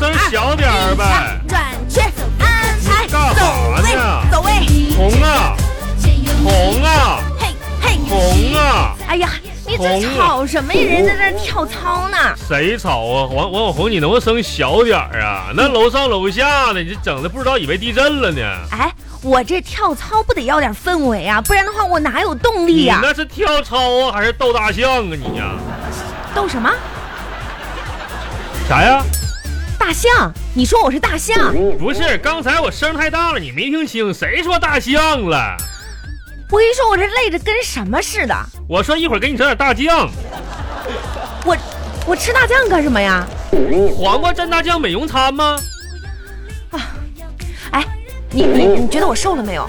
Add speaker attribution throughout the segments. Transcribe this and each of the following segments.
Speaker 1: 声小点儿呗。
Speaker 2: 转圈，安排，
Speaker 1: 干
Speaker 2: 走
Speaker 1: 啥
Speaker 2: 位
Speaker 1: 呢，
Speaker 2: 走位，
Speaker 1: 红啊，红啊，
Speaker 2: 嘿嘿。
Speaker 1: 红啊！
Speaker 3: 哎呀，你这
Speaker 1: 红
Speaker 3: 吵什么呀？人在这儿跳操呢。
Speaker 1: 谁吵啊？王王小红，你能不能声小点儿啊？那楼上楼下的，你这整的不知道以为地震了呢。
Speaker 3: 哎，我这跳操不得要点氛围啊，不然的话我哪有动力
Speaker 1: 你
Speaker 3: 呀、
Speaker 1: 那是跳操啊，还是斗大象啊？你呀、
Speaker 3: 逗什么
Speaker 1: 啥呀？
Speaker 3: 大象？你说我是大象？
Speaker 1: 不是，刚才我声太大了，你没听清。谁说大象了？
Speaker 3: 我跟你说，我这累的跟什么似的。
Speaker 1: 我说一会儿给你整点大酱，
Speaker 3: 我我吃大酱干什么呀？
Speaker 1: 黄瓜蘸大酱美容餐吗？
Speaker 3: 哎，你你
Speaker 1: 哦
Speaker 3: 你觉得我瘦了没有？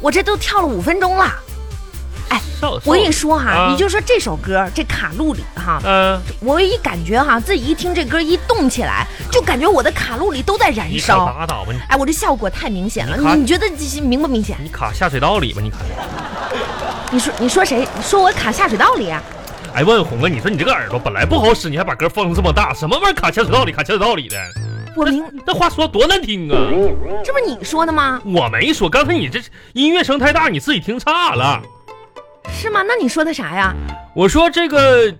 Speaker 3: 我这都跳了五分钟了。
Speaker 1: 少
Speaker 3: 我跟你，说哈，
Speaker 1: 啊
Speaker 3: 你就说这首歌这卡路里哈，
Speaker 1: 嗯、
Speaker 3: 我一感觉哈，自己一听这歌一动起来，就感觉我的卡路里都在燃
Speaker 1: 你可
Speaker 3: 烧。
Speaker 1: 拉倒吧你，
Speaker 3: 哎，我这效果太明显了，
Speaker 1: 你看
Speaker 3: 你你觉得这明不明显？
Speaker 1: 你卡下水道里吧，你卡。
Speaker 3: 你说你说谁？你说我卡下水道里、啊？
Speaker 1: 哎，问红啊，你说你这个耳朵本来不好使，你还把歌放得这么大，什么玩意儿卡下水道里，卡下水道里的？
Speaker 3: 我明
Speaker 1: 那话说多难听啊！
Speaker 3: 这不是你说的吗？
Speaker 1: 我没说，刚才你这音乐声太大，你自己听差了。
Speaker 3: 是吗？那你说的啥呀？
Speaker 1: 我说这个，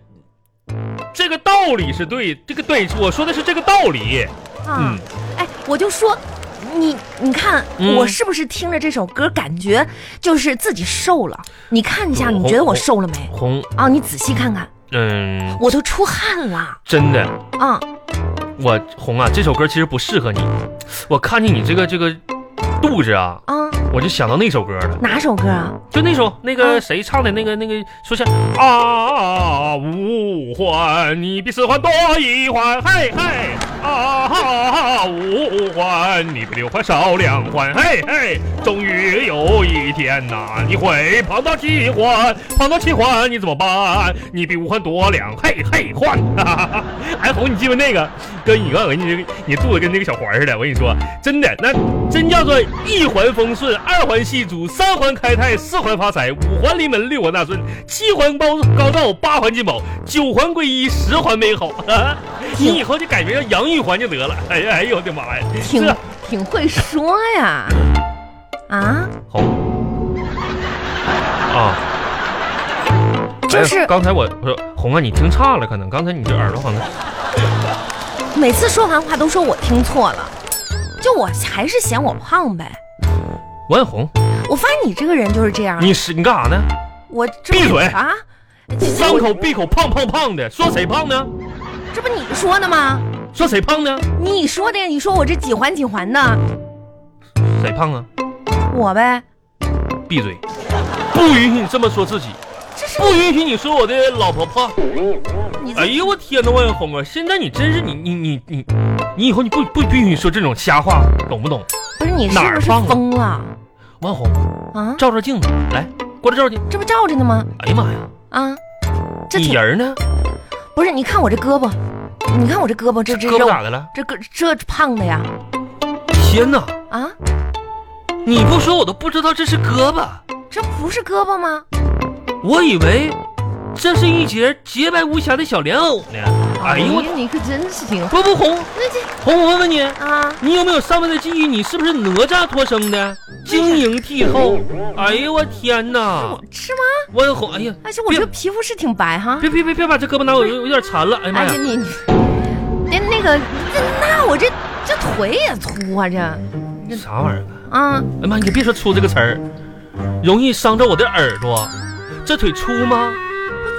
Speaker 1: 这个道理是对，这个对，我说的是这个道理。
Speaker 3: 啊
Speaker 1: 嗯，，
Speaker 3: 哎，我就说，你你看、
Speaker 1: 嗯
Speaker 3: 我是不是听着这首歌感觉就是自己瘦了？你看一下，
Speaker 1: 我
Speaker 3: 你觉得我瘦了没？
Speaker 1: 红，
Speaker 3: 啊，你仔细看看，
Speaker 1: 嗯，
Speaker 3: 我都出汗了
Speaker 1: 真的，
Speaker 3: 啊！
Speaker 1: 我红啊，这首歌其实不适合你。我看见你这个这个肚子啊，
Speaker 3: 啊，
Speaker 1: 我就想到那首歌了，
Speaker 3: 哪首歌啊？
Speaker 1: 就那首那个谁唱的那个那个，说像啊五环，你比四环多一环，嘿嘿。啊，五环，你比六环少两环，嘿嘿，终于有一天呐、你会跑到七环，跑到七环你怎么办？你比五环多两，嘿嘿，换。 哈哈哈哎，红，你记不那个，跟你刚我跟你这个你肚子跟那个小环似的，我跟你说，真的，那真叫做一环风顺，二环系足，三环开泰，四环发财，五环临门，六环大顺，七环高高照，八环进宝，九环归一，十环美好。 你以后就改名叫杨玉环就得了。哎呀，哎呦我的妈呀，
Speaker 3: 挺
Speaker 1: 这
Speaker 3: 挺会说呀，啊，
Speaker 1: 嗯红啊。
Speaker 3: 就是
Speaker 1: 哎呀刚才我我说红啊，你听差了，可能刚才你这耳朵好像
Speaker 3: 每次说完话都说我听错了，就我还是嫌我胖呗。
Speaker 1: 王小红，
Speaker 3: 我发现你这个人就是这样，
Speaker 1: 你是你干啥呢？
Speaker 3: 我这
Speaker 1: 闭嘴
Speaker 3: 啊！
Speaker 1: 张口闭口胖胖胖的，说谁胖呢？
Speaker 3: 这不你说的吗？
Speaker 1: 说谁胖呢？
Speaker 3: 你说的呀？你说我这几环几环的，
Speaker 1: 谁胖啊？
Speaker 3: 我呗，
Speaker 1: 闭嘴！不允许你这么说自己，
Speaker 3: 这是
Speaker 1: 不允许你说我的老婆胖。
Speaker 3: 你这
Speaker 1: 哎呦我天呐，万小红啊！现在你真是你你你你，你以后你不不不允许说这种瞎话，懂不懂？
Speaker 3: 不是你是
Speaker 1: 哪儿
Speaker 3: 不是
Speaker 1: 放了啊
Speaker 3: 疯了
Speaker 1: 万红，
Speaker 3: 啊？
Speaker 1: 照照镜子，来过来照镜。
Speaker 3: 这不照着呢吗？
Speaker 1: 哎呀妈呀，
Speaker 3: 啊，这
Speaker 1: 你
Speaker 3: 挺
Speaker 1: 人呢？
Speaker 3: 不是？你看我这胳膊，你看我这胳膊，这这
Speaker 1: 胳膊
Speaker 3: 肉，
Speaker 1: 咋的了？
Speaker 3: 这个这胖的呀？
Speaker 1: 天哪！
Speaker 3: 啊，
Speaker 1: 你不说我都不知道这是胳膊，
Speaker 3: 这不是胳膊吗？
Speaker 1: 我以为这是一截洁白无瑕的小莲藕呢。哎呦我，
Speaker 3: 你可真是挺……
Speaker 1: 不不红
Speaker 3: 那这
Speaker 1: 红，我问问你。
Speaker 3: 啊，
Speaker 1: 你有没有上辈子记忆？你是不是哪吒托生的？晶莹剔透。哎呦我天哪！
Speaker 3: 是吗？
Speaker 1: 我有红，哎呀，
Speaker 3: 而且我这
Speaker 1: 别
Speaker 3: 皮肤是挺白哈。
Speaker 1: 别别别别把这胳膊拿我，有有点馋了。哎呀妈
Speaker 3: 哎呀，
Speaker 1: 呀！
Speaker 3: 你你那那个那那我这这腿也粗啊，这
Speaker 1: 啥玩意儿啊？
Speaker 3: 啊，
Speaker 1: 哎妈，你就别说粗这个词儿，容易伤着我的耳朵。这腿粗吗？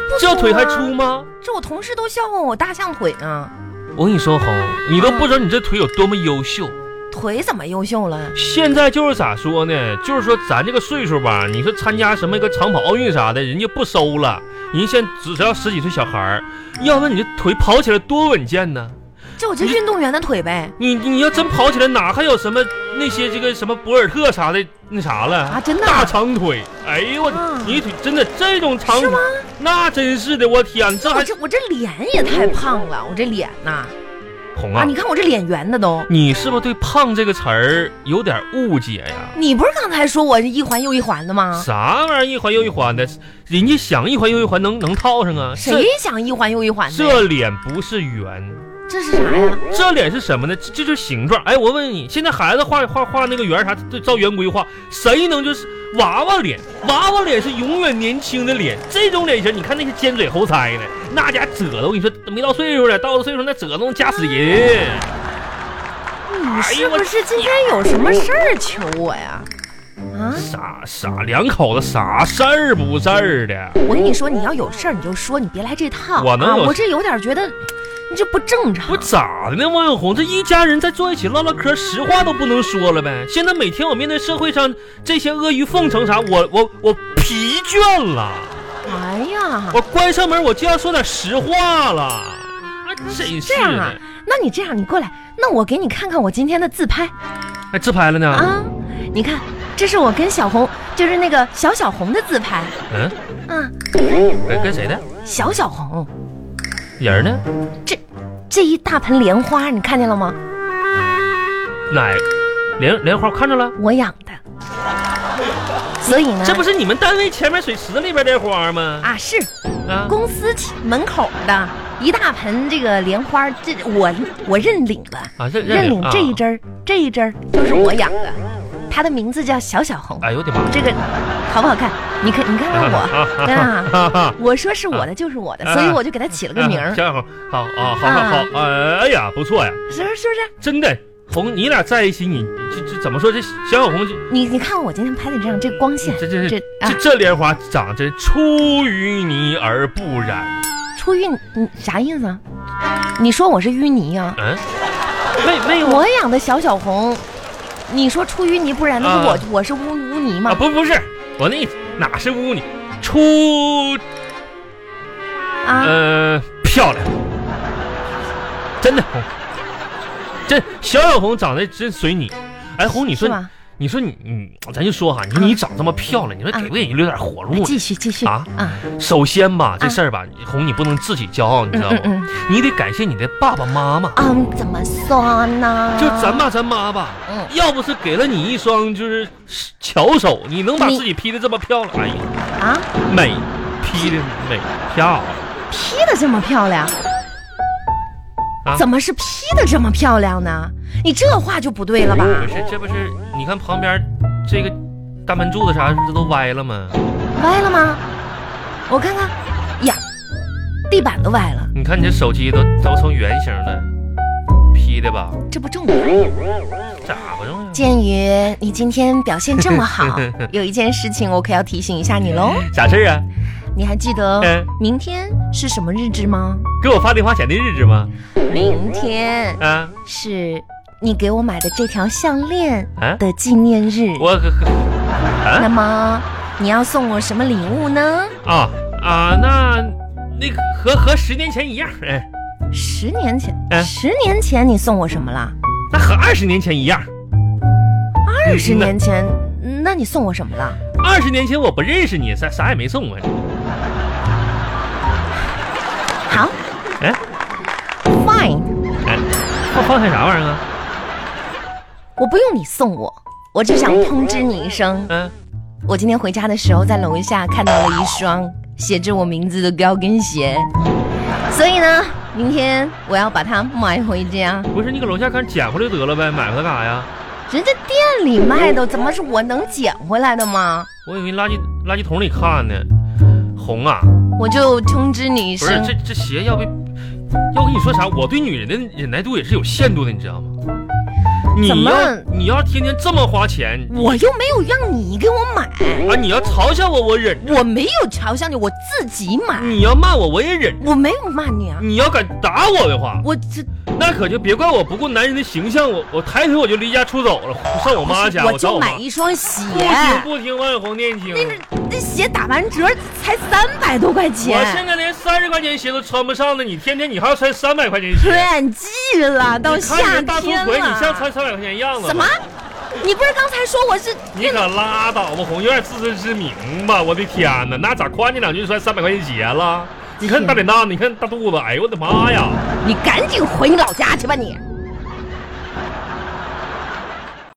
Speaker 3: 不
Speaker 1: 这腿还
Speaker 3: 啊
Speaker 1: 粗吗？
Speaker 3: 这我同事都笑话我大象腿呢，
Speaker 1: 我跟你说，红，你都不知道你这腿有多么优秀。
Speaker 3: 腿怎么优秀了？
Speaker 1: 现在就是咋说呢？就是说咱这个岁数吧，你说参加什么一个长跑奥运啥的，人家不收了，人家现在只只要十几岁小孩儿。要不然你这腿跑起来多稳健呢？
Speaker 3: 就我这
Speaker 1: 你
Speaker 3: 运动员的腿呗
Speaker 1: 你你要真跑起来，哪还有什么那些这个什么博尔特啥的那啥了
Speaker 3: 啊！真的
Speaker 1: 大长腿，哎呦我
Speaker 3: 啊，
Speaker 1: 你腿真的这种长
Speaker 3: 是
Speaker 1: 腿
Speaker 3: 吗，哦
Speaker 1: 那真是的，我天，这
Speaker 3: 我
Speaker 1: 还
Speaker 3: 这我这脸也太胖了，我这脸呐
Speaker 1: 红
Speaker 3: 啊！
Speaker 1: 啊
Speaker 3: 你！看我这脸圆的都。
Speaker 1: 你是不是对“胖”这个词儿有点误解呀？
Speaker 3: 你不是刚才说我一环又一环的吗？
Speaker 1: 啥玩意儿一环又一环的，人家想一环又一环能能套上啊？
Speaker 3: 谁想一环又一环的呀？
Speaker 1: 这脸不是圆，
Speaker 3: 这是啥呀？
Speaker 1: 这脸是什么呢？这这就是形状。哎，我问你，现在孩子画画画那个圆儿啥，这照圆规画，谁能就是娃娃脸？娃娃脸是永远年轻的脸，这种脸型，你看那些尖嘴猴腮的，那家褶的，我跟你说，没到岁数了，到了岁数那褶子能夹死人。
Speaker 3: 你
Speaker 1: 哎
Speaker 3: 是
Speaker 1: 呦我
Speaker 3: 不是今天有什么事儿求我呀？啊，
Speaker 1: 啥啥两口子啥事儿不事儿的？
Speaker 3: 我跟你说，你要有事儿你就说，你别来这套。
Speaker 1: 我能
Speaker 3: 啊
Speaker 1: 有
Speaker 3: 我这有点觉得你这不正常
Speaker 1: 不。咋的呢，王永红，这一家人在坐一起唠唠嗑，实话都不能说了呗。现在每天我面对社会上这些阿谀奉承啥，我我我疲倦了，
Speaker 3: 哎呀，
Speaker 1: 我关上门我就要说点实话了。啊，真是
Speaker 3: 这样啊
Speaker 1: 的，？
Speaker 3: 那你这样，你过来，那我给你看看我今天的自拍
Speaker 1: 哎，自拍了呢？
Speaker 3: 啊。你看，这是我跟小红，就是那个小小红的自拍
Speaker 1: 嗯，
Speaker 3: 啊。
Speaker 1: 跟跟谁的
Speaker 3: 小小红，
Speaker 1: 人呢？
Speaker 3: 这这一大盆莲花，你看见了吗？
Speaker 1: 哪莲莲花看着了？
Speaker 3: 我养的。所以呢，
Speaker 1: 这不是你们单位前面水池子里边莲花吗？
Speaker 3: 啊，是
Speaker 1: 啊，
Speaker 3: 公司门口的一大盆这个莲花，这我我认领了，
Speaker 1: 啊认认
Speaker 3: 认
Speaker 1: 领
Speaker 3: 领这一枝儿，这一枝儿就是我养的，它的名字叫小小红。
Speaker 1: 哎呦我的妈！
Speaker 3: 这个好不好看？你看，你看看我，对啊，
Speaker 1: 啊
Speaker 3: 我说是我的就是我的，
Speaker 1: 啊
Speaker 3: 所以我就给它起了个名儿，啊
Speaker 1: 小小红，好啊，好好好，哎呀，不错呀。
Speaker 3: 是不是是不是？
Speaker 1: 真的，红，你俩在一起，你这这怎么说？这小小红这
Speaker 3: 你你看我今天拍的这样，这光线，
Speaker 1: 这这这
Speaker 3: 啊
Speaker 1: 这，这莲花长真出淤泥而不染。
Speaker 3: 出淤泥你啥意思啊？你说我是淤泥啊？
Speaker 1: 嗯，没没有
Speaker 3: 我养的小小红，你说出淤泥不染，那不
Speaker 1: 啊
Speaker 3: 我我是污污泥
Speaker 1: 啊，
Speaker 3: 吗？
Speaker 1: 不不是，我那哪是污泥，出
Speaker 3: 啊，
Speaker 1: 呃漂亮，真的红，这小小红长得真随你。哎，红，你
Speaker 3: 是
Speaker 1: 说
Speaker 3: 吧？
Speaker 1: 你说你你，咱就说哈，你
Speaker 3: 啊
Speaker 1: 你长这么漂亮，你说
Speaker 3: 啊
Speaker 1: 给不给人留点活路呢？
Speaker 3: 继续继续
Speaker 1: 啊
Speaker 3: 啊，
Speaker 1: 首先吧，这
Speaker 3: 啊
Speaker 1: 事儿吧，红你不能自己骄傲，你知
Speaker 3: 嗯
Speaker 1: 道不
Speaker 3: 嗯？嗯，
Speaker 1: 你得感谢你的爸爸妈妈，
Speaker 3: 嗯，怎么说呢？
Speaker 1: 就咱爸咱妈吧，
Speaker 3: 嗯
Speaker 1: 要不是给了你一双就是巧手，你能把
Speaker 3: 你
Speaker 1: 自己 P 的这么漂亮，哎呀，
Speaker 3: 啊，
Speaker 1: 美，P 的美漂亮，
Speaker 3: 劈的这么漂亮
Speaker 1: 啊。
Speaker 3: 怎么是 P 的这么漂亮呢？你这话就不对了吧？
Speaker 1: 不是这不是？你看旁边这个大门柱子啥，这都歪了吗？
Speaker 3: 歪了吗？我看看，呀，地板都歪了，
Speaker 1: 你看你这手机都都成圆形了，P 的吧？
Speaker 3: 这不重要。
Speaker 1: 咋不重要？
Speaker 3: 鉴于你今天表现这么 好，有一件事情我可要提醒一下你喽。
Speaker 1: 啥事儿啊？
Speaker 3: 你还记得
Speaker 1: 嗯
Speaker 3: 明天是什么日志吗？
Speaker 1: 给我发零花钱的日子吗？
Speaker 3: 明天
Speaker 1: 啊
Speaker 3: 是你给我买的这条项链
Speaker 1: 啊！
Speaker 3: 的纪念日。
Speaker 1: 我啊可可
Speaker 3: 那么你要送我什么礼物呢？
Speaker 1: 啊啊，那那个和和十年前一样，哎，
Speaker 3: 十年前，
Speaker 1: 嗯
Speaker 3: 十年前你送我什么了？
Speaker 1: 那和二十年前一样。
Speaker 3: 二十年前，
Speaker 1: 嗯
Speaker 3: 那你送我什么了？
Speaker 1: 二十年前我不认识你，啥啥也没送我。
Speaker 3: 好
Speaker 1: 哎
Speaker 3: ，fine，
Speaker 1: 哎，放放下啥玩意儿啊？
Speaker 3: 我不用你送我，我只想通知你一声，
Speaker 1: 嗯、
Speaker 3: 我今天回家的时候在楼下看到了一双写着我名字的高跟鞋，所以呢，明天我要把它买回家。
Speaker 1: 不是你搁楼下看捡回来得了呗，买回来干啥呀？
Speaker 3: 人家店里卖的，怎么是我能捡回来的吗？
Speaker 1: 我以为垃圾垃圾桶里看呢。红啊，
Speaker 3: 我就通知你一
Speaker 1: 不是
Speaker 3: 声，
Speaker 1: 这这鞋要被要跟你说啥？我对女人的忍耐度也是有限度的，你知道吗？你
Speaker 3: 怎么
Speaker 1: 要你要天天这么花钱
Speaker 3: 我又没有让你给我买，
Speaker 1: 啊！你要嘲笑我，我忍；
Speaker 3: 我没有嘲笑你，我自己买，
Speaker 1: 你要骂我，我也忍；
Speaker 3: 我没有骂你啊，
Speaker 1: 你要敢打我的话，
Speaker 3: 我这
Speaker 1: 那可就别怪我不顾男人的形象，我我抬腿我就离家出走了，上我妈家，
Speaker 3: 我
Speaker 1: 找
Speaker 3: 就
Speaker 1: 我妈
Speaker 3: 买。一双鞋，
Speaker 1: 不听不听，万红念经。
Speaker 3: 那鞋打完折才三百多块
Speaker 1: 我现
Speaker 3: 钱，
Speaker 1: 在连三十块钱鞋都穿不上了，你天天你还要穿三百块钱鞋，
Speaker 3: 炫技了，到
Speaker 1: 看你
Speaker 3: 夏
Speaker 1: 这大粗
Speaker 3: 天
Speaker 1: 腿，你像
Speaker 3: 了。
Speaker 1: 穿三百块钱样子吗
Speaker 3: 什么？？你不是刚才说我是
Speaker 1: 你可拉倒吧，红，有点自知之明吧！我的天哪，那咋夸你两句穿三百块钱鞋了？你看大脸蛋，你看大肚子，哎呦我的妈呀！
Speaker 3: 你赶紧回你老家去吧你！